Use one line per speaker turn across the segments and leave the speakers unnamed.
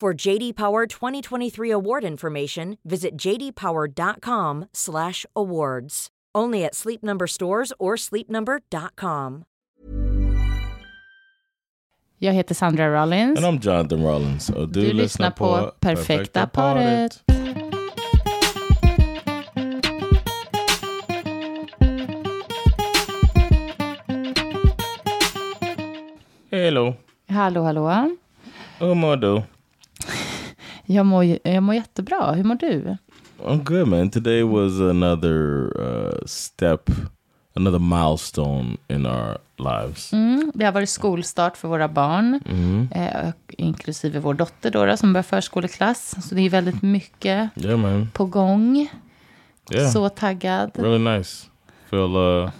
For JD Power 2023 award information, visit jdpower.com/awards. Only at Sleep Number stores or sleepnumber.com.
Jag heter Sandra Rollins.
And I'm Jonathan Rollins och du,
Du lyssnar på Perfekta Paret.
Hello,
Hallå, hallå.
hur mår du?
Jag mår, ju- jag mår jättebra. Hur mår du?
I'm good man. Today was another uh, step, another milestone in our lives.
Mm, det har varit skolstart för våra barn, eh, och inklusive vår dotter Dora som börjar förskoleklass. Så det är väldigt mycket
Yeah man,
på gång.
yeah.
Så taggad.
really nice. Feel uh,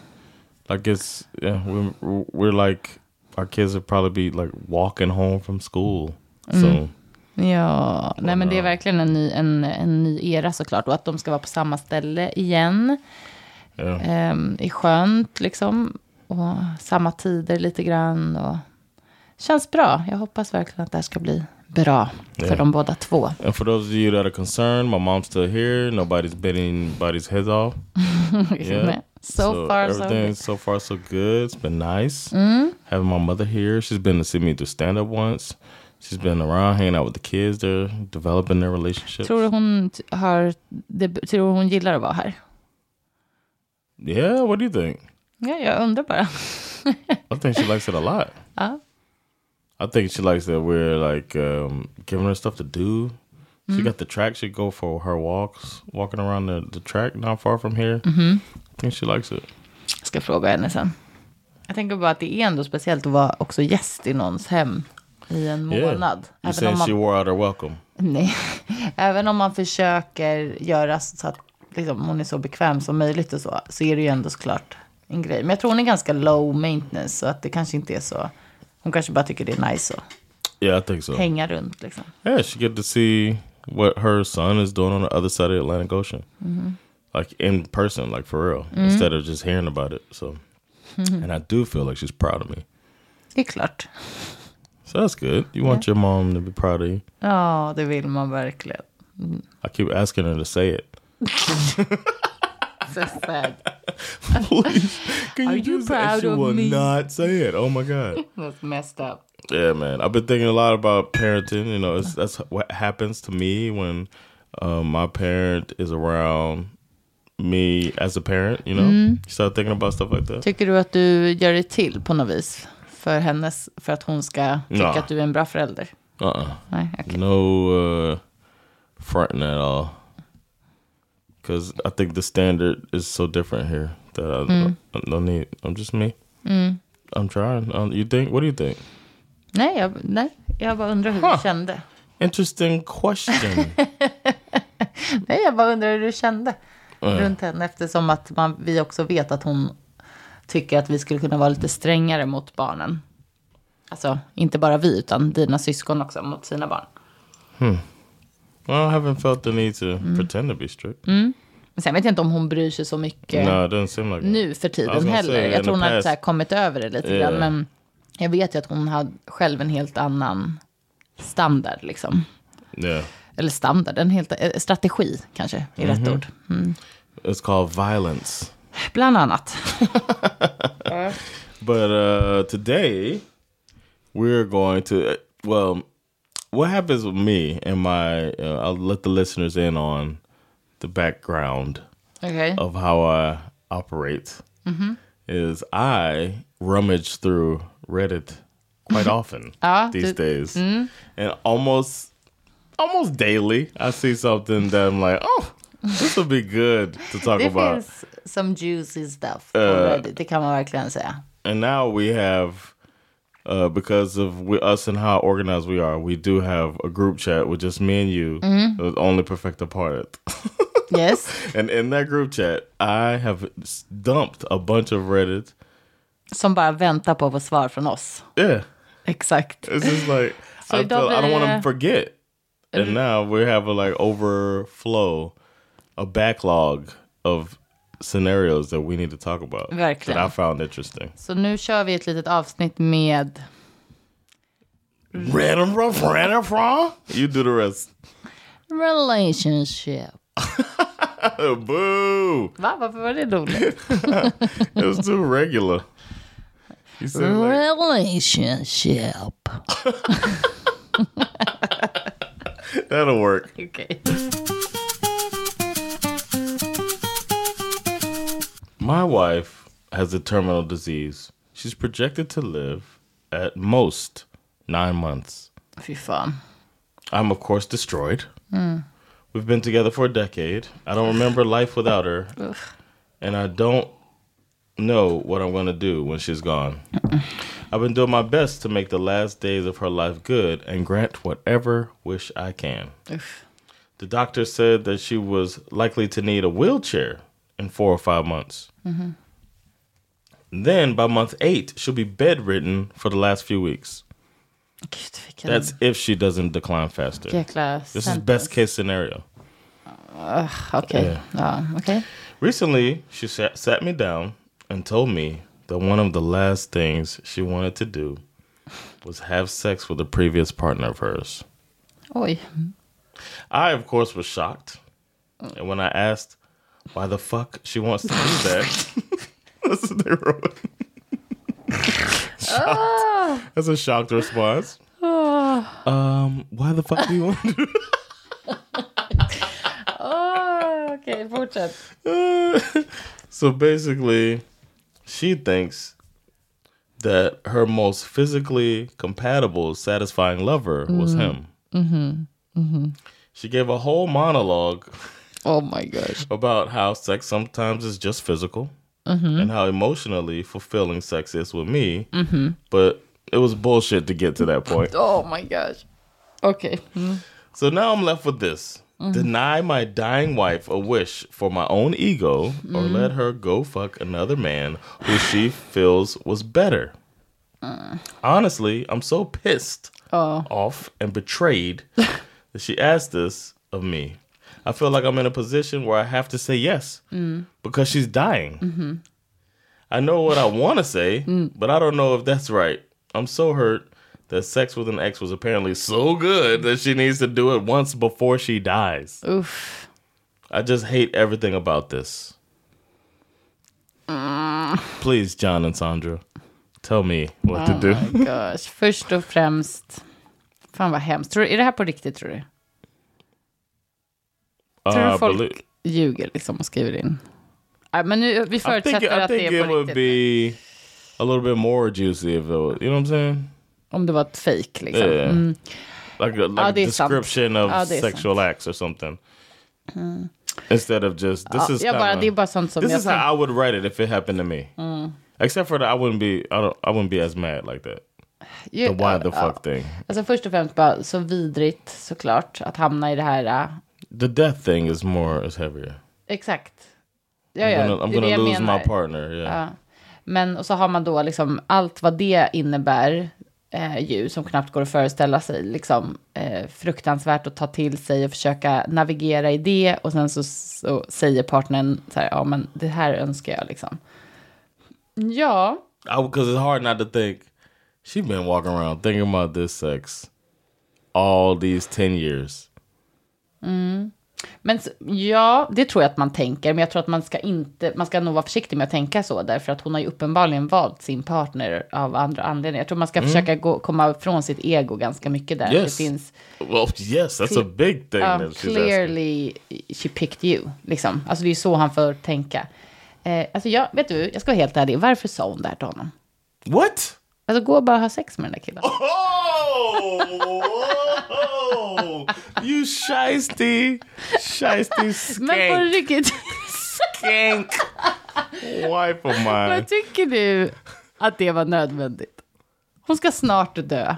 like it's yeah, we're we're like our kids would probably be like walking home from school. So
Ja, nej men det är verkligen en ny, en, en ny era såklart. Och att de ska vara på samma ställe igen.
Ja.
Ehm, är skönt liksom. Och samma tider lite grann. Och känns bra. Jag hoppas verkligen att det här ska bli bra för
Ja.
de båda två.
and for those of you that are concerned, my mom's still here. Nobody's biting anybody's heads off. Yeah.
so, far so
everything
good. Mm-hmm.
so far so good. It's been nice having my mother here. She's been to see me do stand up once. She's been around hanging out with the kids. They're developing their relationship.
Tror du hon, t- har, det, tror du hon gillar att vara här?
Yeah, what do you think?
Ja, jag undrar bara.
I think she likes it a lot.
Ja.
I think she likes that we're like um, giving her stuff to do. She got the track. She go for her walks, walking around the, the track not far from here. Mm-hmm. I think she likes it.
Jag ska fråga henne sen. Jag tänker bara att det är ändå speciellt att vara också gäst i någons hem i en månad.
Yeah. You
Även om,
saying she
man,
wore out her welcome?
nej, även om man försöker göra så att liksom, hon är så bekväm som möjligt och så, så är det ju ändå såklart en grej. Men jag tror hon är ganska low maintenance, så att det kanske inte är så... Hon kanske bara tycker det är nice att
Yeah, I think so.
hänga runt liksom.
Yeah, she get to see what her son is doing on the other side of the Atlantic Ocean, like in person, like for real, instead of just hearing about it. So, and I do feel like she's proud of me.
Det är klart.
So that's good. You want your mom to be proud of you.
Ja, det vill man verkligen.
I keep asking her to say it.
So sad.
Please, can
Are you
just- and
proud
she
of
will
me?
Not say it. Oh my god.
That's messed up.
Yeah, man. I've been thinking a lot about parenting. You know, it's, that's what happens to me when um, my parent is around me as a parent. You know,
Mm-hmm.
you start thinking about stuff like that.
Tycker du att du gör det till på något vis? För, hennes, för att hon ska tycka
Ja.
att du är en bra förälder?
Uh, uh
Nej, okej.
no uh, fronting at all. Because I think the standard is so different here that
Mm.
I, I don't need. I'm just me. I'm trying. Um, you think? What do you think?
Nej, jag, nej, jag bara undrar hur
Huh.
du kände.
Interesting question.
Nej, jag bara undrar hur du kände runt henne. Eftersom att man, vi också vet att hon tycker att vi skulle kunna vara lite strängare mot barnen. Alltså, inte bara vi, utan dina syskon också mot sina barn.
well, I haven't felt the need to pretend to be strict.
Men sen vet jag inte om hon bryr sig så mycket.
No, it doesn't seem like it.
nu för
I was
tiden
gonna
heller.
say, in
jag tror
the
hon har
past-
så här kommit över det lite
Yeah.
grann. Men jag vet ju att hon hade själv en helt annan standard. Liksom.
Yeah,
Eller standard, en helt, eh, strategi kanske är rätt ord. Mm.
it's called violence.
Bland annat.
But uh, today, we're going to. uh, Well, what happens with me and my. Uh, I'll let the listeners in on the background
Okej.
of how I operate. Is I rummage through Reddit quite often
Ah,
these
du-
days, and almost almost daily I see something that I'm like, oh, this would be good to talk
Det
about.
finns
Eh.
some juicy stuff på Reddit, det kan man verkligen säga.
and now we have uh, because of we, us and how organized we are. We do have a group chat with just me and you. With only perfecta part.
Yes.
and in that group chat, I have s- dumped a bunch of Reddit.
Som bara väntar på att få svar från oss.
Yeah,
Exakt.
it's just like
So
I,
idag
feel, I don't
blir
want to
det-
forget. And now we have a like overflow, a backlog of scenarios that we need to talk about
Verkligen.
that I found interesting.
Så nu kör vi ett litet avsnitt med...
Random, random, random. You do the rest.
Relationship.
Boo!
Va? Varför var det roligt?
It was too regular. You said it like,
Relationship.
that'll work.
Okej.
My wife has a terminal disease. She's projected to live at most nine months.
Fy fan.
I'm, of course, destroyed. We've been together for a decade. I don't remember life without her. And I don't know what I'm going to do when she's gone. I've been doing my best to make the last days of her life good and grant whatever wish I can.
Uff.
The doctor said that she was likely to need a wheelchair in four or five months. Then by month eight, she'll be bedridden for the last few weeks.
Gud, vilken
That's if she doesn't decline faster.
jäkla...
This is
sentence.
best case scenario.
Okej.
Eh.
Ja, okej.
Recently, she sat, sat me down and told me that one of the last things she wanted to do was have sex with a previous partner of hers.
Oj.
I, of course, was shocked. And when I asked why the fuck she wants to do that, that's what they wrote. Shocked. That's a shocked response. um, why the fuck do you want to do
Åh, Ah, Okej, fortsätt.
so basically, she thinks that her most physically compatible, satisfying lover was him. Mm-hmm. Mm-hmm. She gave a whole monologue
Oh my gosh.
about how sex sometimes is just physical and how emotionally fulfilling sex is with me. Mm-hmm. But it was bullshit to get to that point.
Oh my gosh. Okej. Mm.
So now I'm left with this. Deny my dying wife a wish for my own ego or let her go fuck another man who she feels was better. Honestly, I'm so pissed off and betrayed that she asked this of me. I feel like I'm in a position where I have to say yes because she's dying. I know what I want to say, but I don't know if that's right. I'm so hurt that sex with an ex was apparently so good that she needs to do it once before she dies.
Uff.
I just hate everything about this. Mm. Please, John and Sandra, tell me what to do.
Gosh. Först och främst... Fan vad hemskt. Tror, du- är det här på riktigt tror du? Tror
Uh, I
du folk
belie-
ljuger liksom och skriver in? Nej, men nu, vi
I think,
förutsätter
I
att det
think it
är på
would
riktigt.
be a little bit more juicy if it was, you know what I'm saying?
Om det var ett fejk liksom.
Yeah.
Mm.
Like a, like a
det är sant.
description of
Ja, det är
sexual acts or something. Instead of just, this is
Jag bara,
kinda-
det är bara sånt som
This
jag
is how I would write it if it happened to me. Except for that, I wouldn't be. I don't. I wouldn't be as mad like that.
ju-
The why the
ja,
fuck thing.
Alltså först och främst bara så vidrigt såklart att hamna i det här. äh,
The death thing is more is heavier.
Exakt. Ja,
I'm
ja,
gonna, I'm
det är det
gonna
jag
lose
menar.
my partner. Yeah.
Uh. Men och så har man då liksom allt vad det innebär eh, ju som knappt går att föreställa sig. Liksom, eh, fruktansvärt att ta till sig och försöka navigera i det. Och sen så, så säger partnern så här, ja men det här önskar jag liksom. Ja,
Because it's hard not to think. She's been walking around thinking about this sex all these ten years.
Men s- ja, det tror jag att man tänker. Men jag tror att man ska inte, man ska nog vara försiktig med att tänka så. Därför att hon har ju uppenbarligen valt sin partner av andra anledningar. Jag tror man ska försöka gå, komma ifrån sitt ego ganska mycket där.
Yes.
Det finns
Well, yes, that's a big thing.
ja,
that she's
uh,
asking.
clearly she picked you. Liksom. Alltså det är ju så han får tänka. Eh, alltså jag, vet du, jag ska vara helt ärlig. Varför sa hon det här till honom?
What?
Alltså gå och bara ha sex med den där killen.
Oh! whoa. you shisty, shisty
Men på
skank.
riktigt,
skank wife of mine.
vad tycker du att det var nödvändigt? Hon ska snart dö.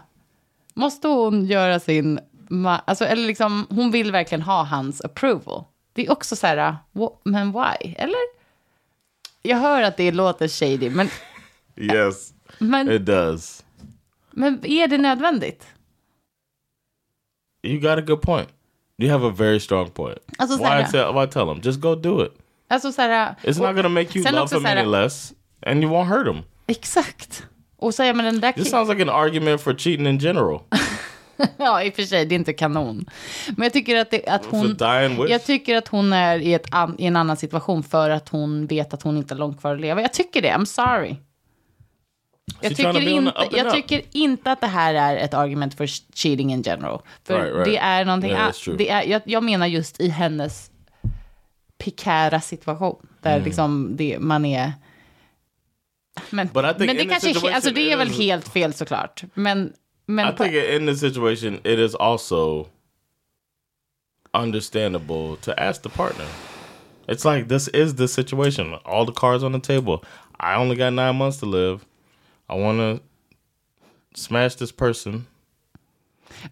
Måste hon göra sin... ma- Alltså, eller liksom, hon vill verkligen ha hans approval. Det är också så här, wha- men why? Eller? Jag hör att det låter shady, men,
Yes,
men,
it does.
men är det nödvändigt?
You got a good point. You have a very strong point.
Alltså,
why,
Sarah.
tell, why tell him? Just go do it.
Alltså så här...
It's not gonna make you
Sen
love
också
him
så här-
any less, and you won't hurt him.
Exakt. Och säger men den där
This
ki-
sounds like an argument for cheating in general.
Ja, i och för sig, det är inte kanon. Men jag tycker att, det, att
For
hon...
dying wish.
Jag tycker att hon är i, ett an, i en annan situation för att hon vet att hon inte har långt kvar att leva. Jag tycker det, I'm sorry. Jag,
She's trying to
tycker
be on
inte,
the up and
jag
up.
tycker inte att det här är ett argument för cheating in general. För
Right, right.
det är någonting,
Yeah,
a-
that's true.
det är, jag, jag menar just i hennes pikära situation. Där
Mm.
liksom det, man är... Men,
But I think
men det
in
kanske
the
är, he- alltså
situation
det är
it
väl
is-
helt fel såklart. Men, men
I
på-
think in this situation, it is also understandable to ask the partner. It's like this is the situation. All the cards on the table. I only got nine months to live. I want to smash this person.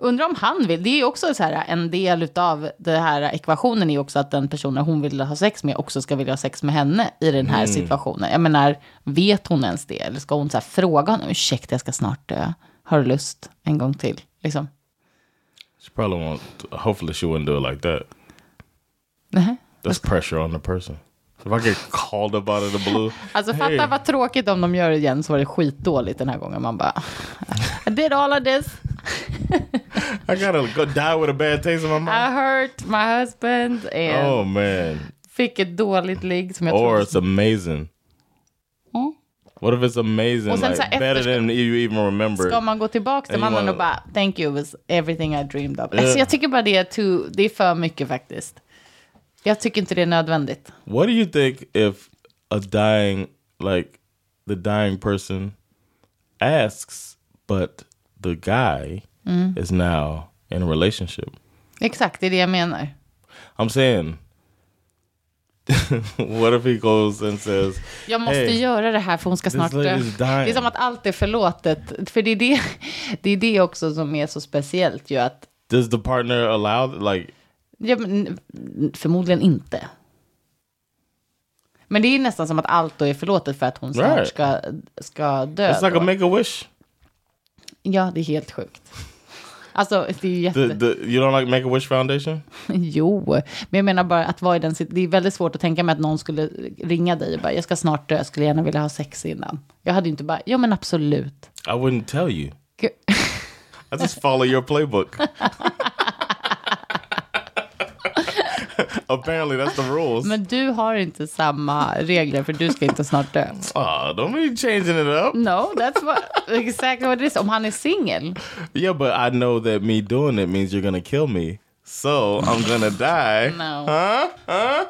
Undrar om han vill. Det är ju också så här, en del av den här ekvationen är ju också att den personen hon vill ha sex med också ska vilja ha sex med henne i den
Mm.
här situationen. Jag menar, vet hon ens det? Eller ska hon så här fråga honom, ursäkta jag ska snart dö, har du lust en gång till? Liksom.
She probably won't. Hopefully, she wouldn't do it like that.
Nej.
Uh-huh. That's pressure on the person. If I get called up out of the blue,
Alltså fatta
Hey.
vad tråkigt om de gör det igen så var det skitdåligt den här gången. Man bara, I did all of this,
I gotta go die with a bad taste in my mouth.
I hurt my husband, and
Oh man!
fick ett dåligt ligg som jag
Or
trodde.
it's amazing.
Mm.
What if it's amazing?
Och sen
Like,
så här
better
efter-
than you even remember.
Ska man gå tillbaka till
Anyone-
mannen och bara thank you was everything I dreamed of. Alltså, jag tycker bara det är, too, det är för mycket faktiskt. Jag tycker inte det är nödvändigt.
What do you think if a dying, like the dying person asks, but the guy is now in a relationship?
Exakt, det är det jag menar.
I'm saying, what if he goes and says,
Jag måste
Hey,
göra det här för hon ska snart dö.
lady is dying.
Det är som att allt är förlåtet. För det är det, det är det också som är så speciellt ju att
does the partner allow, like,
ja, men, förmodligen inte. Men det är nästan som att allt då är förlåtet för att hon snart
Right.
ska, ska dö.
it's like
då.
a make a wish?
Ja, det är helt sjukt. Alltså, det är ju jätte...
The, the, you don't like Make a Wish Foundation?
Jo, men jag menar bara att vara i den sit- Det är väldigt svårt att tänka mig att någon skulle ringa dig och bara, jag ska snart dö, jag skulle gärna vilja ha sex innan. Jag hade ju inte bara, ja men absolut.
I wouldn't tell you.
Gud.
I just follow your playbook. Apparently, that's the rules.
Men du har inte samma regler för du ska inte snart dö.
Aw, don't be changing it up.
No, that's what, exactly what it is. Om han är singel.
Yeah, but I know that me doing it means you're gonna kill me. So I'm gonna die.
No.
Huh? Huh?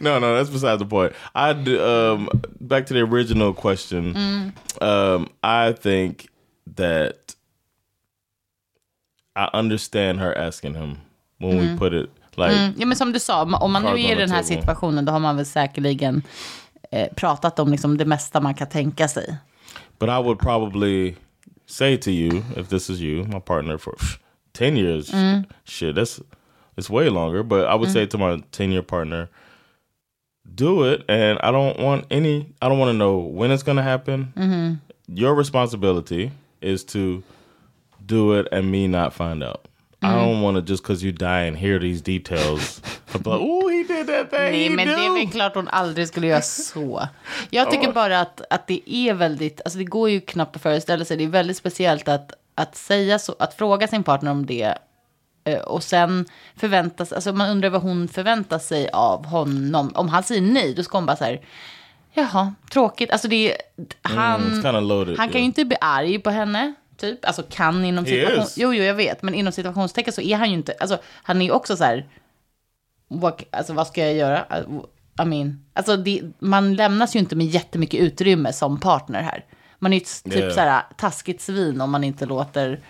no, no, that's beside the point. I d- um back to the original question. Um, I think that I understand her asking him when we put it like
Mm, Ja, men som du sa, om om man nu
Cards on
är i
the
den här
table.
situationen, då har man väl säkerligen eh, pratat om liksom det mesta man kan tänka sig.
But I would probably say to you, if this is you, my partner for ten years, shit, that's it's way longer. But I would say to my ten year partner, do it, and I don't want any. I don't want to know when it's gonna happen. Your responsibility is to do it and me not find out. I don't want to just because you die and hear these details. I'm like, oh, he did that thing.
Nej,
he
men det är väl
do.
klart hon aldrig skulle göra så. Jag tycker bara att, att det är väldigt, alltså det går ju knappt att föreställa sig, det är väldigt speciellt att, att säga så, att fråga sin partner om det eh, och sen förväntas, alltså man undrar vad hon förväntar sig av honom. Om han säger nej, då ska hon bara så här, jaha, tråkigt, alltså det är, han,
Mm, It's kind of loaded.
han kan ju
yeah.
inte bli arg på henne. Typ, alltså kan inom
He
situation...
is.
Jo, jo, jag vet. Men inom situationstecken så är han ju inte... Alltså, han är ju också så här... Vad, alltså, vad ska jag göra? I mean... Alltså, det, man lämnas ju inte med jättemycket utrymme som partner här. Man är ju ett typ
Yeah.
så här taskigt svin om man inte låter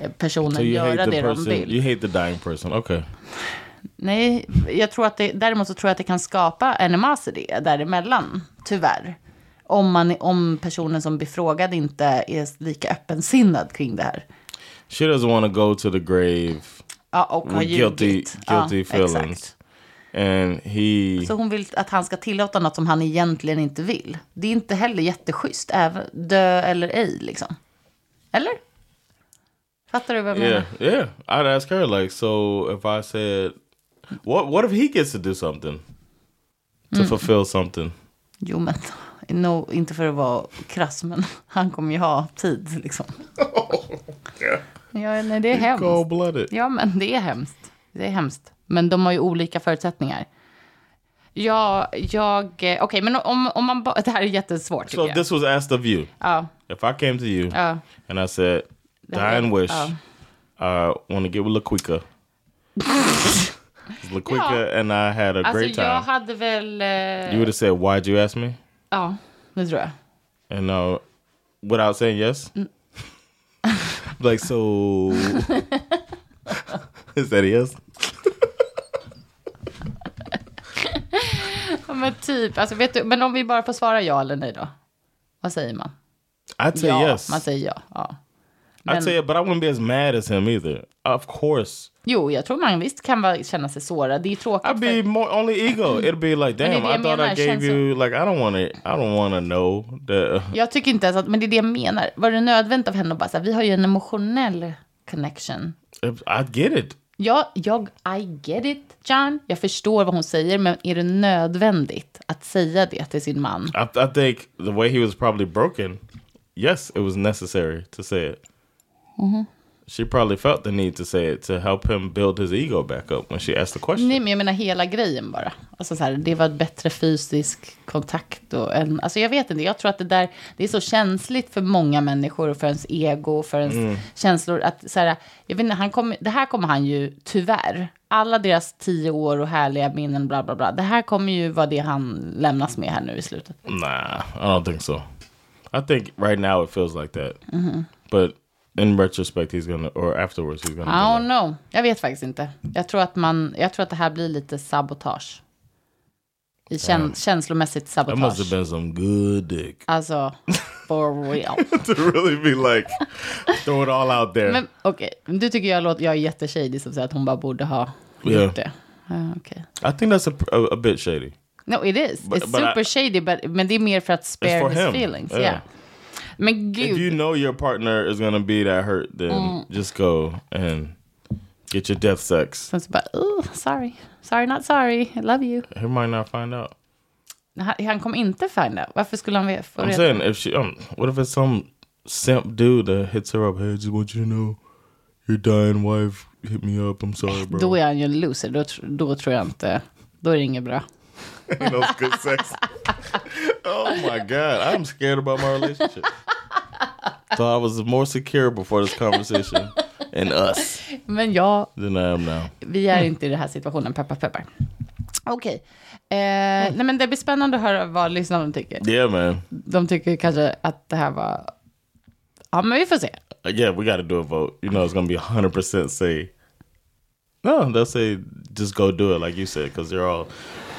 eh, personen
So you
göra
hate the
det de
person.
vill.
You hate the dying person. Okay.
Nej, jag tror att det, däremot så tror jag att det kan skapa animosity däremellan, tyvärr. Om, man, om personen som blir frågad inte är lika öppensinnad kring det här.
She doesn't want to go to the grave
Ja, och har
with Mm, guilty,
ljugit. Ja,
guilty
exakt.
feelings. And he,
Så hon vill att han ska tillåta något som han egentligen inte vill. Det är inte heller jätteschysst, även dö eller ej liksom. Eller? Fattar du vad jag menar?
yeah, yeah. I'd ask her like, so if I said, what, what if he gets to do something to fulfill something?
Jo, men no, inte för att vara krass, men han kommer ju ha tid liksom. ja, nej, det är hemskt.
Cold blooded.
Ja, men det är hemskt. Det är hemskt. Men de har ju olika förutsättningar. Ja, jag... eh, Okej, men om, om man bara... Det här är jättesvårt, tycker
So
jag.
if this was asked of you,
Ja,
if I came to you
ja.
and I said, dying wish, I want to get with LaQuica. LaQuica and I had a great
Alltså, jag
time.
hade väl... eh,
You would have said, why'd you ask me?
Ja, det tror jag.
And uh, without saying yes? like, so. Is that a yes?
Ja, men typ. Alltså, vet du, men om vi bara får svara ja eller nej då? Vad säger man?
I'd say
ja,
yes.
man säger ja. ja.
I'd say it, but I wouldn't be as mad as him either. Of course.
Jo, jag tror man visst kan vara, känna sig sårad. Det är ju tråkigt.
I'd be
för-
more only ego. It'd be like,
det är
damn,
det
I
jag
thought I
menar,
gave
känns
you like I don't want to. I don't want to know that.
Jag tycker inte ens att, men det är det jag menar. Var det nödvändigt av henne att bara säga, vi har ju en emotionell connection.
I get it.
Ja, jag, I get it, John. Jag förstår vad hon säger, men är det nödvändigt att säga det till sin man?
I, I think the way he was probably broken. Yes, it was necessary to say it. She probably felt the need to say it to help him build his ego back up when she asked the question.
Nej, men jag menar hela grejen bara. Alltså så här, det var bättre fysisk kontakt och en, alltså jag vet inte, jag tror att det där, det är så känsligt för många människor och för ens ego och för ens känslor att så här, jag vet inte, han kommer, det här kommer han ju tyvärr, alla deras tio år och härliga minnen bla bla bla, det här kommer ju vara det han lämnas med här nu i slutet.
Nah, I don't think so. I think right now it feels like that. But in retrospect, he's gonna, or afterwards, he's
I
gonna. be like,
don't know, jag vet faktiskt inte. Jag tror att man, jag tror att det här blir lite sabotage. I kän, känslomässigt
That must have
sabotage.
been some good dick.
Alltså, for real.
to really be like, throw it all out there.
Men okej, men du tycker jag låter, jag är jätteshady som säger att hon bara borde ha
Yeah.
gjort det. Ja, okej.
I think that's a, a, a bit shady.
No it is,
But-
it's
but I-
super shady but, men det är mer för att
It's
spare
for
his
him.
feelings.
Yeah.
Yeah. Men
If
gud,
you know your partner is gonna be that hurt, then
Mm.
just go and get your death sex.
sen så bara, oh, sorry, sorry not sorry, I love you.
He might not find out.
Han, han kom inte find out, varför skulle han ve- få
I'm
reda?
saying if she, um, what if it's some simp dude that hits her up? Hey, I just want you to know, your dying wife hit me up. I'm sorry, bro.
Då är han ju en loser, då, tr- då tror jag inte, då är det inget bra.
You know, it's good sex. oh my god, I'm scared about my relationship. so I was more secure before this conversation and us
Men jag
than I am now.
Vi är inte i den här situationen, peppar peppar. Okej. Eh, nej, men det blir spännande att höra vad lyssnarna tycker.
Yeah, man.
De tycker kanske att det här var... Ja, men vi får se.
Uh, Yeah, we got to do a vote. You know, it's gonna be 100 percent say no. They'll say just go do it, like you said, because they're all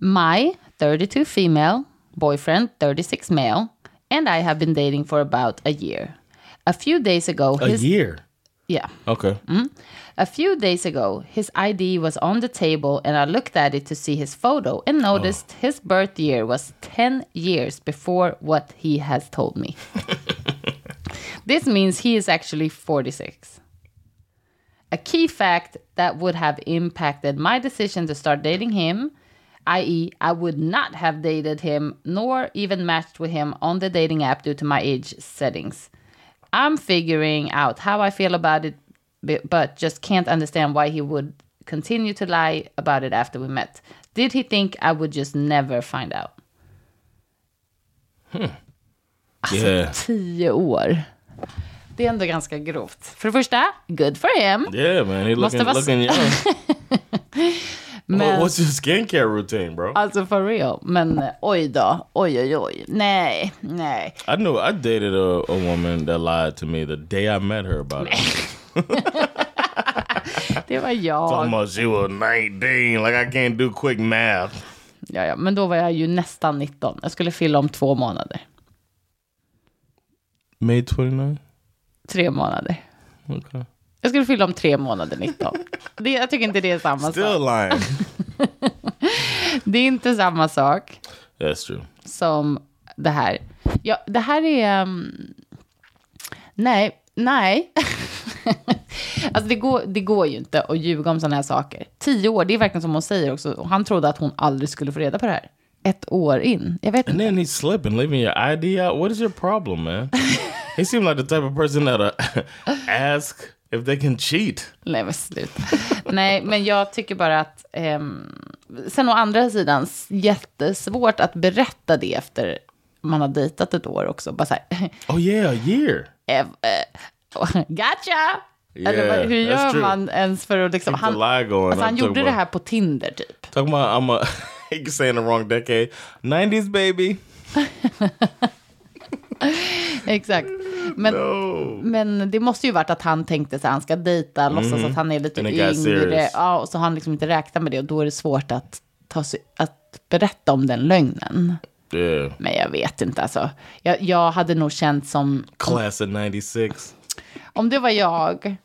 My 32 female, boyfriend 36 male, and I have been dating for about a year. A few days ago,
A
his
year.
yeah,
Okay.
a few days ago, his ID was on the table and I looked at it to see his photo and noticed
Oh.
his birth year was 10 years before what he has told me. this means he is actually 46. A key fact that would have impacted my decision to start dating him, i.e., I would not have dated him nor even matched with him on the dating app due to my age settings. I'm figuring out how I feel about it, bu- but just can't understand why he would continue to lie about it after we met. Did he think I would just never find out?
Yeah.
Tio år. Det är ändå ganska grovt. För det första, good for him.
Yeah, man. He
Måste
looking,
vara-
looking young.
Men,
What- what's your skincare routine, bro?
alltså for real. Men eh, oj då, oj oj oj. Nej, nej.
I knew I dated a, a woman that lied to me the day I met her about it.
Det var jag.
Almost she was 19. Like, I can't do quick math.
Ja, ja, men då var jag ju nästan 19. Jag skulle fylla om två månader.
May 29?
Tre månader.
Okay.
Jag skulle fylla om tre månader 19. Det, jag tycker inte det är samma
Still
sak.
lying.
Det är inte samma sak.
That's true.
som det här. Ja, det här är... ehm, nej, nej. alltså det går, det går ju inte att ljuga om sådana här saker. Tio år, det är verkligen som hon säger också. Och Han trodde att hon aldrig skulle få reda på det här. Ett år in. Jag vet
And
inte.
then he's slipping, leaving your ID out. What is your problem, man? he seemed like the type of person that'll ask if they can cheat.
Nej, men slut. nej, men jag tycker bara att... ehm, sen å andra sidan, s- jättesvårt att berätta det efter man har dejtat ett år också. Bara så här,
Oh, yeah, a year.
Ev- eh, gotcha! Eller
Yeah,
vad- hur
that's
gör
true.
man ens för att liksom...
Keep the lie going.
alltså han
I'm talking
gjorde det
about-
här på Tinder typ.
Talking about, I'm a, he's saying the wrong decade. 90s, baby.
Exakt. Men,
Oh.
men det måste ju varit att han tänkte så här, han ska dejta, låtsas att han är lite
Mm-hmm. And it got
yngre.
serious.
Ja, och så har han liksom inte räknat med det och då är det svårt att, ta sig, att berätta om den lögnen.
Yeah.
Men jag vet inte alltså. Jag, jag hade nog känt som
Class of 96.
om det var jag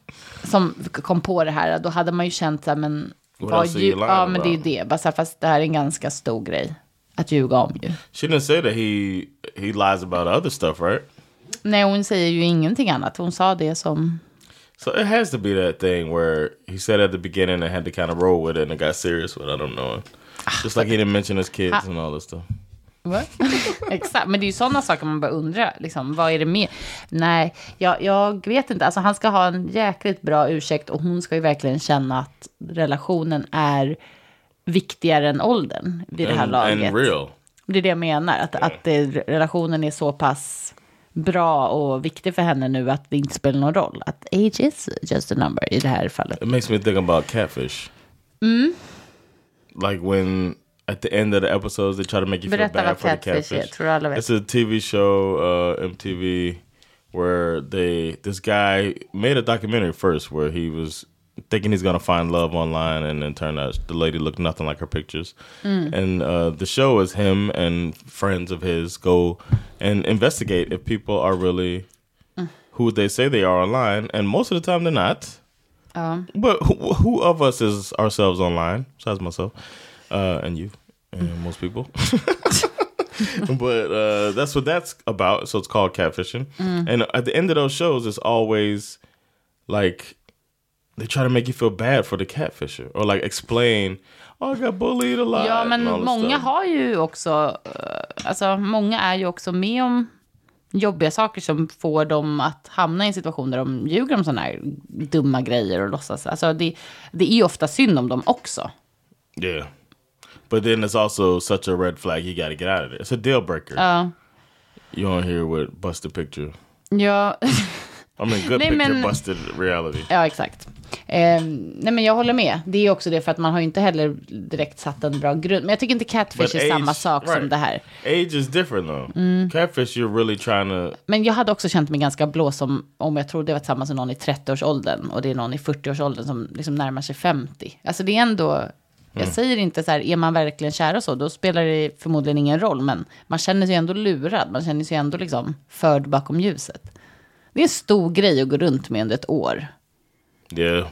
som kom på det här, då hade man ju känt så här, men...
What
vad
else are you
lju-
lying
ja, men det är ju
about?
det. Bara så här, fast det här är en ganska stor grej att ljuga om ju.
She didn't say that he he lies about other stuff, right?
Nej, hon säger ju ingenting annat. Hon sa det som...
So it has to be that thing where he said at the beginning and had to kind of roll with it and it got serious without him knowing. Just like he didn't mention his kids and all this stuff.
Exakt, men det är ju sådana saker man bara undrar. Liksom, vad är det med? Nej, jag, jag vet inte. Alltså, han ska ha en jäkligt bra ursäkt och hon ska ju verkligen känna att relationen är viktigare än åldern vid det här
And,
laget.
and real.
Det är det jag menar, att, att det, relationen är så pass bra och viktig för henne nu att det inte spelar någon roll. Att age is just a number i det här fallet.
It makes me think about catfish. Like when at the end of the episodes they try to make you feel
Berätta
bad
vad
for the
catfish är,
catfish.
tror jag alla vet.
It's a TV show, uh, MTV, where they this guy made a documentary first where he was thinking he's gonna find love online and then turned out the lady looked nothing like her pictures. And uh, the show is him and friends of his go and investigate if people are really who they say they are online, and most of the time they're not. But who, who of us is ourselves online, besides myself uh, and you and most people? but uh, that's what that's about. So it's called catfishing.
Mm.
And at the end of those shows, it's always like they try to make you feel bad for the catfisher or like explain, oh, I got bullied a lot.
Ja,
and all
men
this
många
stuff."
har ju också, eh, alltså många är ju också med om jobbiga saker som får dem att hamna i en situation där de ljuger om sådana här dumma grejer och låtsas. Alltså det, det är ju ofta synd om dem också.
Yeah. But then it's also such a red flag. You got to get out of there. It's a deal breaker.
Ja.
you on here with busted picture.
Ja,
I mean, good
Nej,
picture,
men-
busted reality.
ja exakt. Eh, nej men jag håller med. Det är också det för att man har ju inte heller direkt satt en bra grund. Men jag tycker inte catfish
But
är
age-
samma sak som
right.
det här.
Age is different though. Catfish, you're really trying to.
Men jag hade också känt mig ganska blås om, om jag trodde jag var tillsammans med någon i 30-årsåldern och det är någon i 40-årsåldern som liksom närmar sig 50. Alltså det är ändå, jag
Mm.
säger inte så här, är man verkligen kär och så, då spelar det förmodligen ingen roll, men man känner sig ändå lurad, man känner sig ändå liksom förd bakom ljuset. Det är en stor grej att gå runt med under ett år.
Yeah.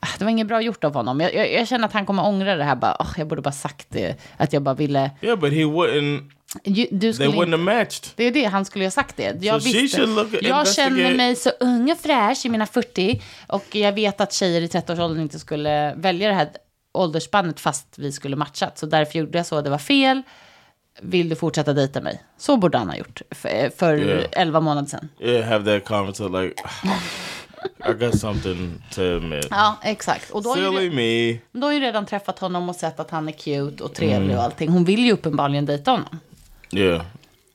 Ah, Det var inget bra gjort av honom. Jag, jag, jag känner att han kommer ångra det här, bara, "Åh, jag borde bara sagt det, att jag bara ville...
Yeah, but he wouldn't.
Ju- Du
They
skulle
wouldn't
inte...
have matched.
Det är det, han skulle ju ha sagt det. Jag,
So she
visste,
should look at-
jag känner
investigate.
mig så ung och fräsch i mina 40 och jag vet att tjejer i 30-årsåldern inte skulle välja det här åldersspannet fast vi skulle matchat. Så därför gjorde jag så, det var fel. Vill du fortsätta dejta mig? Så borde han ha gjort för, för
Yeah.
11 månader sedan.
Yeah, have that conversation like. I got something to admit.
Ja, exakt. Och då har ju
Silly me.
Då har ju redan träffat honom och sett att han är cute och trevlig
Mm.
och allting. Hon vill ju uppenbarligen dejta honom.
Yeah.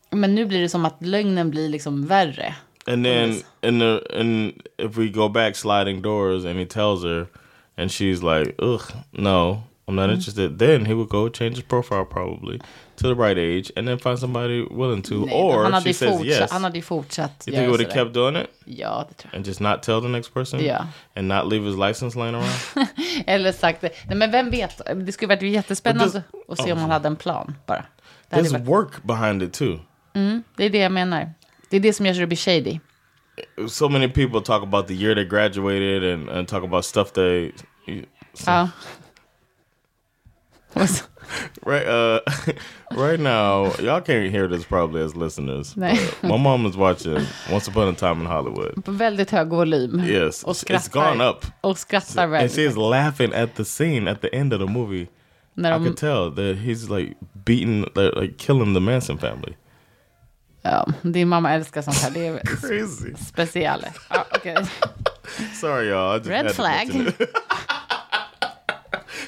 Men nu blir det som att lögnen blir liksom värre.
And then in the and if we go back sliding doors and he tells her and she's like, Ugh, no, I'm not interested, then he would go change his profile probably to the right age and then find somebody willing to.
Nej, han,
or
hade
she
ju
says
fortsatt,
yes.
han hade ju fortsatt
You think he would have
sådär.
kept doing it
Ja, det tror jag.
and just not tell the next person?
Yeah.
And not leave his license laying around?
Eller sagt det. Nej, men vem vet. Det skulle varit jättespännande
But
att se om han hade en plan bara. Det, hade
There's
varit,
work behind it too.
det är det jag menar. Det är det som gör så det blir shady.
So many people talk about the year they graduated and, and talk about stuff they.
Ja. Och så-
Right, uh, right now, y'all can't hear this probably as listeners.
Nej.
but My mom is watching Once Upon a Time in Hollywood.
På väldigt hög volym.
Yes,
och
it's- it's
skrattar.
gone up.
Och skrattar
And
väldigt.
she is laughing at the scene at the end of the movie.
När
I
de,
could tell that he's like beating, like, like killing the Manson family.
ja, din mamma älskar sånt här. Det är
Crazy.
speciellt. Ja, okej.
Sorry, y'all. I just had
Red
to
flag.
mention it.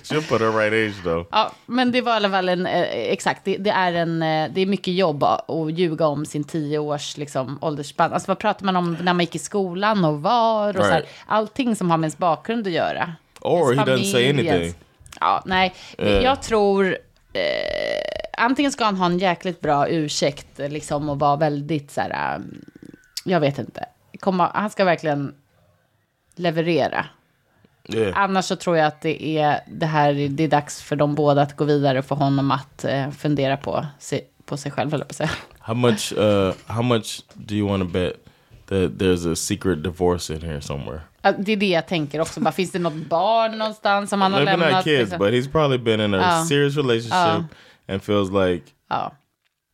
She'll put her right age though.
Ja, men det var i alla fall en, eh, exakt, det, det är en, eh, det är mycket jobb att att ljuga om sin tio års liksom, åldersspann. Alltså vad pratar man om när man gick i skolan och var och så här,
Right.
allting som har med ens bakgrund att göra.
Or
Ens
he doesn't say
familj, ens-
anything.
Ja, nej, jag tror, eh, antingen ska han ha en jäkligt bra ursäkt eh, liksom och vara väldigt så här, eh, jag vet inte, komma, han ska verkligen leverera.
Yeah.
Annars så tror jag att det är, det här, det är dags för de båda att gå vidare och för honom att eh, fundera på, se, på sig själv, höll jag på att säga.
How much? Uh, how much do you want to bet that there's a secret divorce in here somewhere?
Att Det är det jag tänker också. Bara, finns det något barn någonstans som han har
Maybe
lämnat?
not kids,
liksom?
but he's probably been in a
Oh.
serious relationship and feels like
Ja.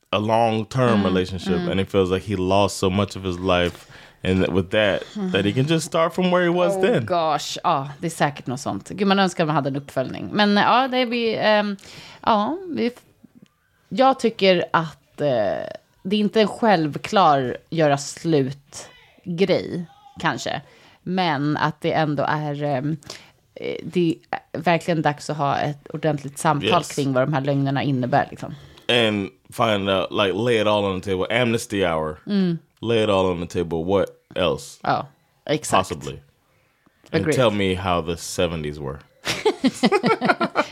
a long term
Mm-hmm.
relationship, and he feels like he lost so much of his life, and that with that, that he can just start from where he was
Oh
then.
gosh, ja, det är säkert något sånt. Gud, man önskar man hade en uppföljning. Men eh, ja, det blir... ehm, ja, vi, jag tycker att eh, det är inte en självklar göra slut-grej, kanske. Men att det ändå är... ehm, eh, det är verkligen dags att ha ett ordentligt samtal
Yes.
kring vad de här lögnerna innebär. Liksom.
and find out like lay it all on the table amnesty hour lay it all on the table what else
Ja, exakt.
possibly and
Agreed.
tell me how the 70s were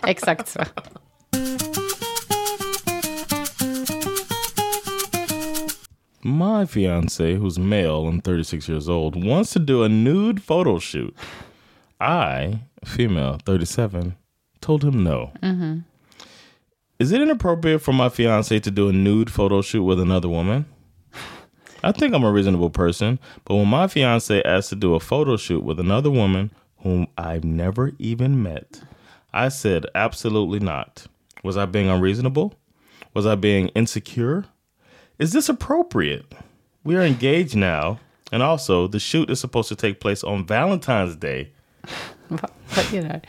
Exakt så.
my fiance who's male and 36 years old wants to do a nude photo shoot i female 37 told him no is it inappropriate for my fiance to do a nude photo shoot with another woman I think I'm a reasonable person, but when my fiance asked to do a photo shoot with another woman whom I've never even met, I said absolutely not. Was I being unreasonable? Was I being insecure? Is this appropriate? We are engaged now, and also the shoot is supposed to take place on Valentine's Day.
Vad vad är det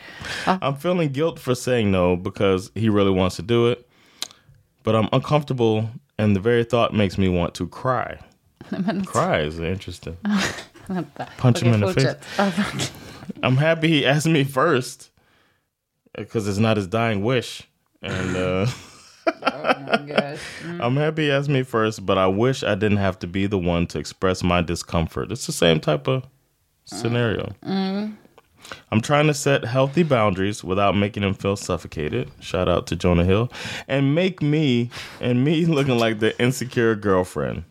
här?
I'm feeling guilt for saying no because he really wants to do it, but I'm uncomfortable, and the very thought makes me want to cry. cry is interesting.
Vänta.
Punch him
Okej,
in the
fortsätt.
I'm happy he asked me first. because it's not his dying wish. And uh,
Good.
I'm happy he asked me first, but I wish I didn't have to be the one to express my discomfort. It's the same type of scenario. I'm trying to set healthy boundaries without making him feel suffocated. Shout out to Jonah Hill. And make me and me looking like the insecure girlfriend.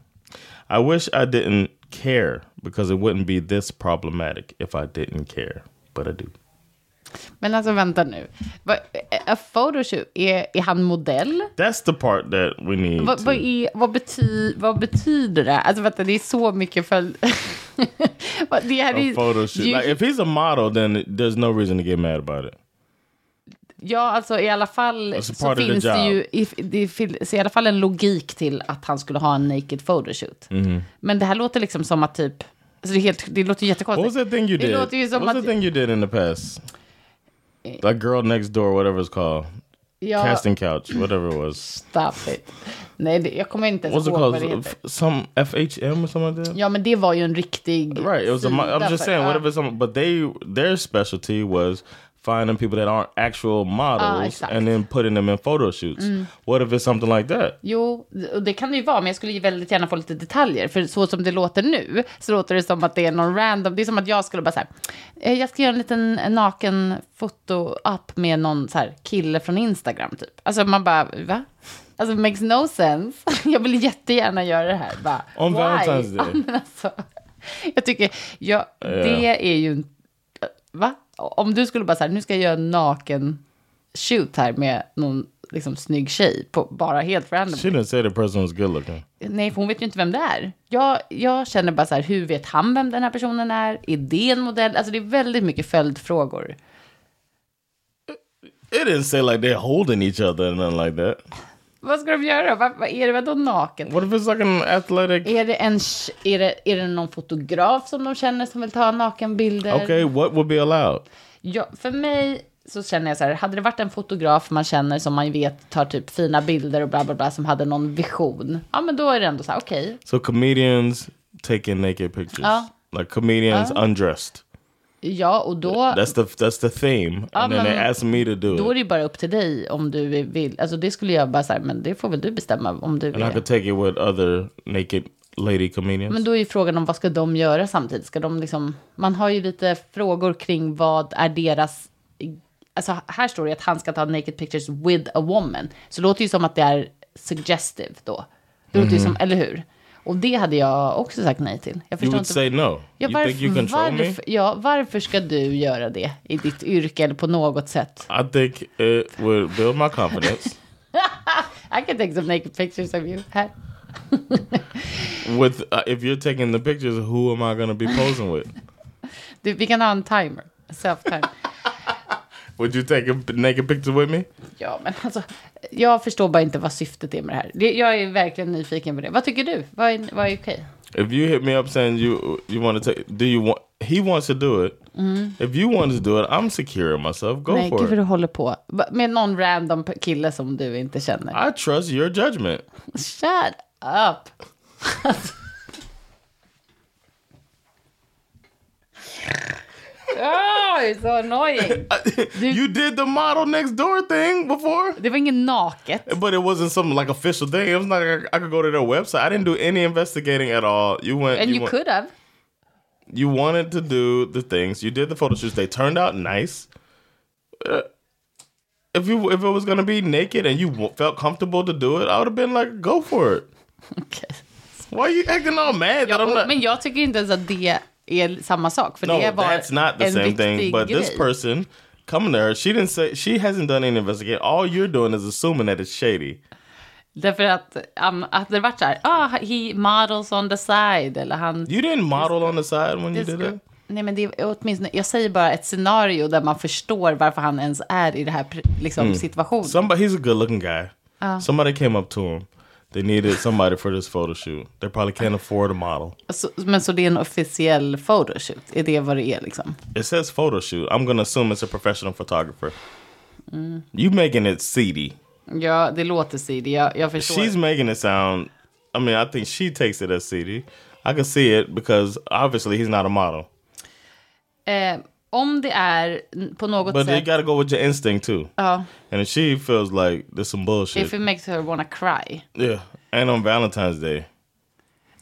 I wish I didn't care because it wouldn't be this problematic if I didn't care. But I do.
Men alltså vänta nu. Va- eh, A photoshoot, är, är han modell?
That's the part that we need.
Vad,
to-
vad, är, vad, bety, vad betyder det? Alltså vänta, det är så mycket följd. Vad- det här
a
är,
photo shoot.
ju-
Like if he's a model, then there's no reason to get mad about it.
Ja, alltså i alla fall
Alltså,
så
part of the
finns det
job.
ju i, det finns i alla fall en logik till att han skulle ha en naked photoshoot.
Mhm.
Men det här låter liksom som att typ, alltså det, är helt, det låter ju
What
jättekonstigt.
was that thing you
Det
did? What
låter ju som
was the
att-
thing you did in the past? Like girl next door, whatever it's called,
Ja,
casting couch, whatever it was.
stop it. Nej, det, jag kommer inte
What's
ens
it
ihåg
called?
vad det heter.
F- Some FHM or something like that.
Ja, men det var ju en riktig...
Right. It was. A, mo- I'm
sida
just
för-
saying,
ja.
whatever. Some, but they their specialty was finding people that aren't actual models
exact.
and then putting them in photo shoots. What if it's something like that?
Jo, och det kan det ju vara, men jag skulle ju väldigt gärna få lite detaljer. För så som det låter nu, så låter det som att det är någon random... Det är som att jag skulle bara så här... "Eh, Jag ska göra en liten naken foto-app med någon så här kille från Instagram, typ. Alltså man bara, va? Alltså it makes no sense. Jag vill jättegärna göra det här. Bara,
On
why?
Valentine's Day.
Ja, men alltså, jag tycker, ja, det är ju... Va? Om du skulle bara så här, nu ska jag göra en naken shoot här med någon liksom snygg tjej, på, bara helt random.
She didn't say the person was good looking.
Nej, för hon vet ju inte vem det är. Jag, jag känner bara så här, hur vet han vem den här personen är? Är det en modell? Alltså det är väldigt mycket följdfrågor.
It didn't say like they're holding each other and nothing like that.
Vad ska de göra? Vad, vad är det? Vadå naken?
What if it's like an athletic?
Är det, en, tj- är, det, är det någon fotograf som de känner som vill ta nakenbilder?
Okay, what would be allowed?
Ja, för mig så känner jag så här, hade det varit en fotograf man känner som man vet tar typ fina bilder och bla bla bla som hade någon vision, ja men då är det ändå så här, okej,
So comedians taking naked pictures,
Oh.
like comedians undressed.
ja och då,
That's the that's the theme, and then they
man-
asked me to Um, do
då är
it,
det ju bara upp till dig om du vill, alltså det skulle jag bara säga, men det får väl du bestämma om du
and I
vill.
could take it with other naked lady comedians.
Men då är ju frågan om vad ska de göra samtidigt? Ska de liksom, man har ju lite frågor kring vad är deras... Alltså här står det att han ska ta naked pictures with a woman. Så det låter ju som att det är suggestive då. Det låter ju som, eller hur? Och det hade jag också sagt nej till. Jag
Mhm. you
förstår
would
inte.
say no.
ja,
you
varf-
think you control me?
varför, ja, varför ska du göra det i ditt yrke eller på något sätt?
I think it would build my confidence
I can take some naked pictures of you. Här.
with uh, if you're taking the pictures. Who am I gonna be posing with?
Du, vi kan ha en timer. Self-timer.
Would you take a p- naked picture with me?
Ja, men alltså, jag förstår bara inte vad syftet är med det här. Det, jag är verkligen nyfiken på det. Vad tycker du? Vad är, vad är okej?
If you hit me up saying you you want to take, do you want? He wants to do it.
Mm-hmm.
If you want to do it, I'm secure in myself. Go
Nej,
for
gud
it.
vad du håller på. Va- Med någon random p- kille som du inte känner.
I trust your judgment.
Shut up! Alltså. Oh, it's so annoying.
You did the model next door thing before,
Det var inget naket.
but it wasn't some like official thing. It was not like I could go to their website. I didn't do any investigating at all. You went
And you,
want-
could have.
You wanted to do the things. You did the photo shoots. They turned out nice. Uh, if you if it was gonna be naked and you w- felt comfortable to do it, I would have been like, go for it.
Okej.
Why are you acting all mad that I'm
Och,
not?
men jag tycker inte ens att det är samma sak. För
No,
det var
that's not the
en
same
riktig
thing. But
grej.
this person coming to her, she didn't say she hasn't done any investigation. All you're doing is assuming that it's shady.
Därför att, um, att det varit så här, ah, he models on the side, eller han...
You didn't model on the side when you
Det
did
ska-
it.
Nej, men det är åtminstone, jag säger bara ett scenario där man förstår varför han ens är i den här pr- liksom, situationen.
Somebody, he's a good-looking guy. Somebody came up to him. They needed somebody for this photo shoot. They probably can't afford a model.
Så, men så det är en officiell photoshoot, är det vad det är liksom?
It says photo shoot. I'm gonna assume it's a professional photographer. You making it seedy.
Ja, det låter sig, det, jag, jag förstår.
She's making it sound. I mean, I think she takes it as seedy. I can see it because obviously he's not a model.
Eh, om det är på något
But they
sätt...
gotta go with your instinct too.
Ja,
And if she feels like there's some bullshit,
Oh. if it makes her wanna cry.
yeah. And on Valentine's Day,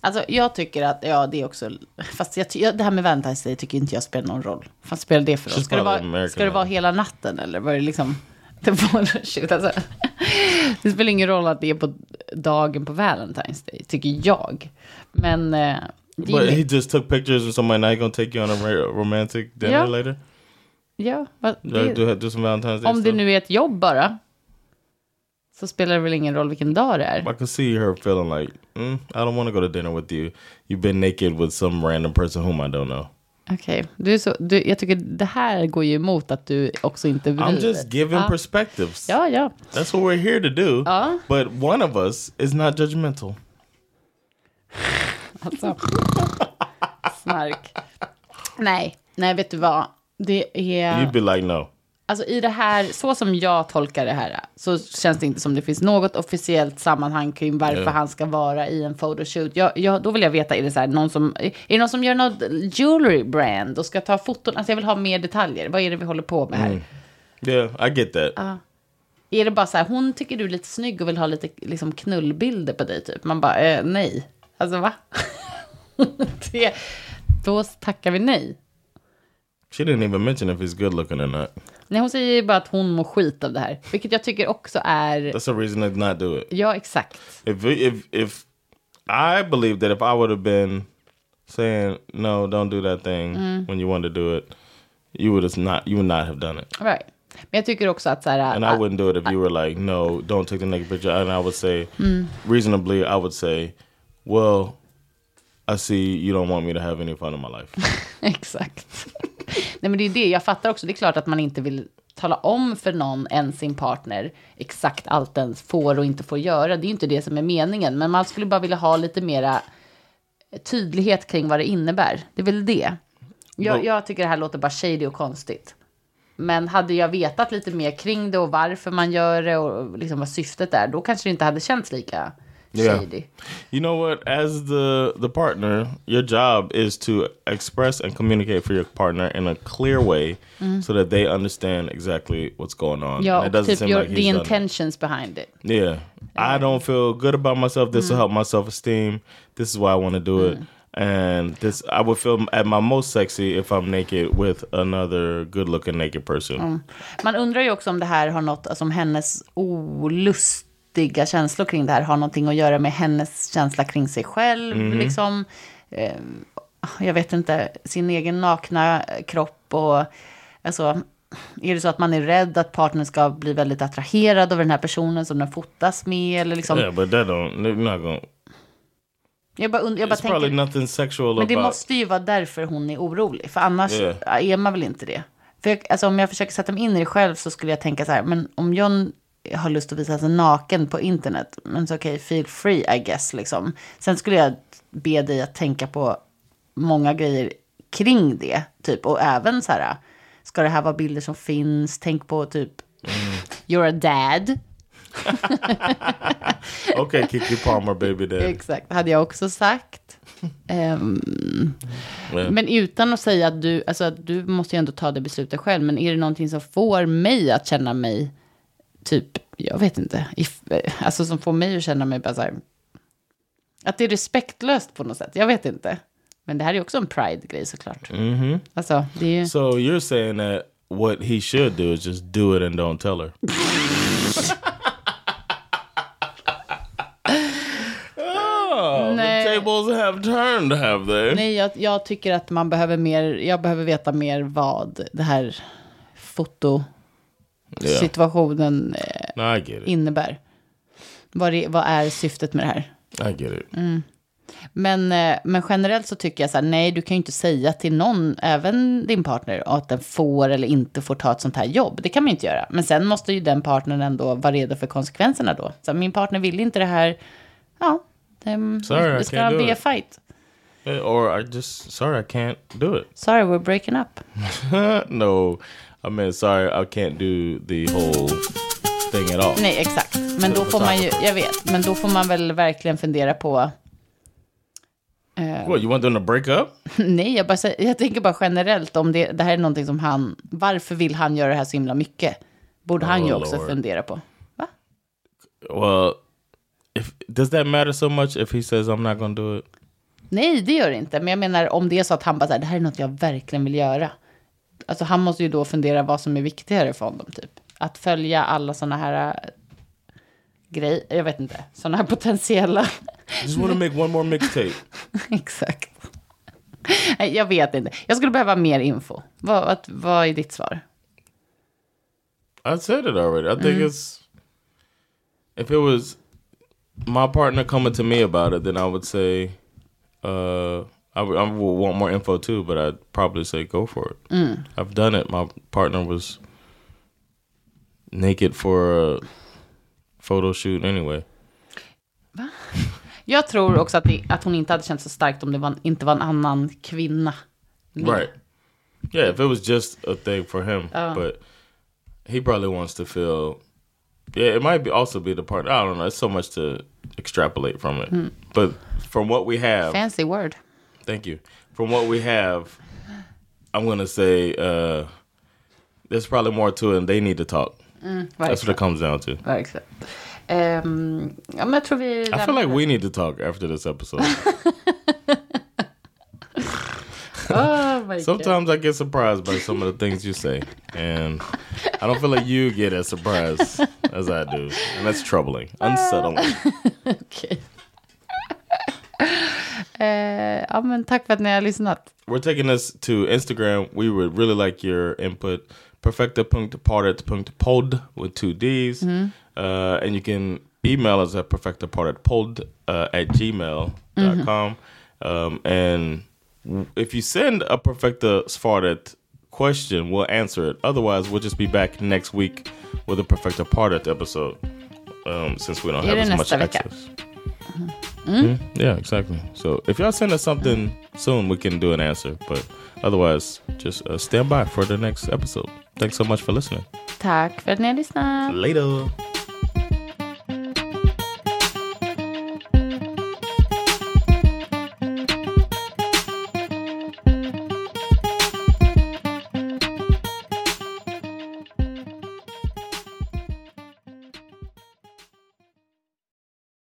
Alltså jag tycker att, ja det är också, fast jag, ty- jag, det här med Valentine's Day tycker inte jag spelar någon roll. Vad spelar det för roll?
She's
Ska det,
probably
vara,
American
ska det vara
now.
hela natten eller var det liksom, det var shit alltså. Det spelar ingen roll att det är på dagen på Valentine's Day, tycker jag. Men, eh, det är
but he
ju,
just took pictures of somebody. Now he gonna take you on a ro- romantic dinner
Yeah.
later.
ja, vad-
Do,
det,
do, do some Valentine's Day.
om det
stuff?
nu är ett jobb bara, så spelar det väl ingen roll vilken dag det är.
I could see her feeling like, mm, I don't want to go to dinner with you. You've been naked with some random person whom I don't know.
Okej, du är så, du, jag tycker det här går ju emot att du också inte
I'm
vrider.
just giving
Ah.
perspectives.
Ja, ja.
That's what we're here to do.
Uh.
But one of us is not judgmental.
Alltså. Snark. Nej, nej vet du vad. Det
You'd
är,
be like, no.
alltså i det här, så som jag tolkar det här, så känns det inte som det finns något officiellt sammanhang kring varför han ska vara i en photoshoot. Jag, jag, då vill jag veta, är det så här, någon som, är det någon som gör något jewelry brand och ska ta foton? Alltså jag vill ha mer detaljer. Vad är det vi håller på med här?
Yeah, I get that.
Är det bara så här, hon tycker du är lite snygg och vill ha lite liksom, knullbilder på dig typ. Man bara, eh, nej. Alltså va? det, då tackar vi nej.
She didn't even mention if he's good looking or not.
Nej, hon säger ju bara att hon mår skit av det här. Vilket jag tycker också är,
That's a reason to not do it.
ja exakt.
If if if I believe that if I would have been saying no, don't do that thing when you wanted to do it, you would have not you would not have done it.
Right. Men jag tycker också att så här,
And I Mm. wouldn't do it if you were like, no, don't take the naked picture. And I would say, reasonably, I would say, well, I see you don't want me to have any fun in my life.
Exakt. Nej men det är det, jag fattar också, det är klart att man inte vill tala om för någon, än sin partner, exakt allt den får och inte får göra. Det är ju inte det som är meningen, men man skulle bara vilja ha lite mera tydlighet kring vad det innebär. Det är väl det. Jag,
Då-
jag tycker det här låter bara shady och konstigt. Men hade jag vetat lite mer kring det och varför man gör det och liksom vad syftet är, då kanske det inte hade känts lika
Ja.
shady.
You know what? As the the partner, your job is to express and communicate for your partner in a clear way, so that they understand exactly what's going on.
Ja,
And
och typ your, the
he's done it.
intentions behind it.
Yeah, I don't feel good about myself. This will help my self esteem. This is why I want to do it. And this, I would feel at my most sexy if I'm naked with another good looking naked person.
Man undrar ju också om det här har något, alltså om hennes olustiga känslor kring det här har någonting att göra med hennes känsla kring sig själv,
Mhm.
liksom. Eh, jag vet inte, sin egen nakna kropp och, alltså, är det så att man är rädd att partnern ska bli väldigt attraherad av den här personen som den fotas med eller liksom?
Yeah, but that don't. They're not gonna.
Jag bara, und- jag bara
It's probably
tänker,
nothing sexual
men det
about.
måste ju vara därför hon är orolig, för annars
Yeah.
är man väl inte det. För jag, alltså, om jag försöker sätta mig in i det själv så skulle jag tänka så här, men om John har lust att visa sig naken på internet, men så okej, feel free I guess liksom. Sen skulle jag be dig att tänka på många grejer kring det, typ, och även så här, ska det här vara bilder som finns, tänk på typ, you're a dad.
okay, Kiki Palmer, baby, dad.
Exakt, hade jag också sagt. Ehm,
Yeah.
Men utan att säga att du, alltså att du måste ju ändå ta det beslutet själv, men är det någonting som får mig att känna mig, typ, jag vet inte, if, eh, alltså som får mig att känna mig bara så här, att det är respektlöst på något sätt, jag vet inte. Men det här är också en pride-grej såklart. Alltså, det är ju...
So you're saying that what he should do is just do it and don't tell her. oh,
Nej.
the tables have turned, have they?
Nej, jag, jag tycker att man behöver mer, jag behöver veta mer vad det här fotosituationen
Yeah.
eh,
No, I get it.
innebär. Vad, det, vad är syftet med det här?
I get it.
Men, eh, men generellt så tycker jag så här, nej, du kan ju inte säga till någon, även din partner, att den får eller inte får ta ett sånt här jobb. Det kan man ju inte göra. Men sen måste ju den partnern ändå vara redo för konsekvenserna då. Så här, min partner vill inte det här, ja, det,
Sorry,
det
I
ska
can't do
bli a
it.
fight.
Eh, Or I just sorry I can't do it.
Sorry, we're breaking up.
no, I mean sorry I can't do the whole thing at all.
Nej, exakt. Men då får man ju, jag vet, men då får man väl verkligen fundera på
What, you want them to break up?
Nej, jag, bara, säger- jag tänker bara generellt om det, det här är någonting som han... Varför vill han göra det här så himla mycket? Borde han
Oh,
ju också
Lord.
fundera på. Va?
Well, if does that matter so much if he says I'm not gonna do it?
Nej, det gör det inte. Men jag menar om det är så att han bara så här, det här är något jag verkligen vill göra. Alltså han måste ju då fundera vad som är viktigare för honom typ. Att följa alla sådana här äh, grejer, jag vet inte, sådana här potentiella.
I just want to make one more mixtape.
Exakt. Nej, jag vet inte. Jag skulle behöva mer info. Vad, vad, vad är ditt svar?
I said it already. I think it's if it was my partner coming to me about it, then I would say uh, I would I would want more info too, but I'd probably say go for it. I've done it. My partner was naked for a photo shoot anyway.
Jag tror också att, det, att hon inte hade känt så starkt om det var, inte var en annan kvinna.
Right. Yeah, if it was just a thing for him, but he probably wants to feel. Yeah, it might be also be the part. I don't know. It's so much to extrapolate from it, but from what we have,
Fancy word.
thank you. From what we have, I'm gonna say uh, there's probably more to it, and they need to talk. That's what it comes down to.
Verkligen. Ehm, ja, men jag tror vi...
I feel like we need to talk after this episode.
Oh my God.
Sometimes I get surprised by some of the things you say, and I don't feel like you get as surprised as I do, and that's troubling, unsettling.
Okej. eh, ja, men tack för att ni har lyssnat.
We're taking this to Instagram. We would really like your input. Perfecta.parted.pod with two D's, uh, and you can email us at perfectapartedpod uh, at gmail.com. Um, and if you send a Perfecta Svartet question, we'll answer it. Otherwise, we'll just be back next week with a Perfecta Parted episode. Um, since we don't
Är
have
det
as much
nästa vecka?
access. Mm, yeah, exactly. So if y'all send us something soon, we can do an answer. But otherwise, just uh, stand by for the next episode. Thanks so much for listening.
Tack för att ni har lyssnat.
Later.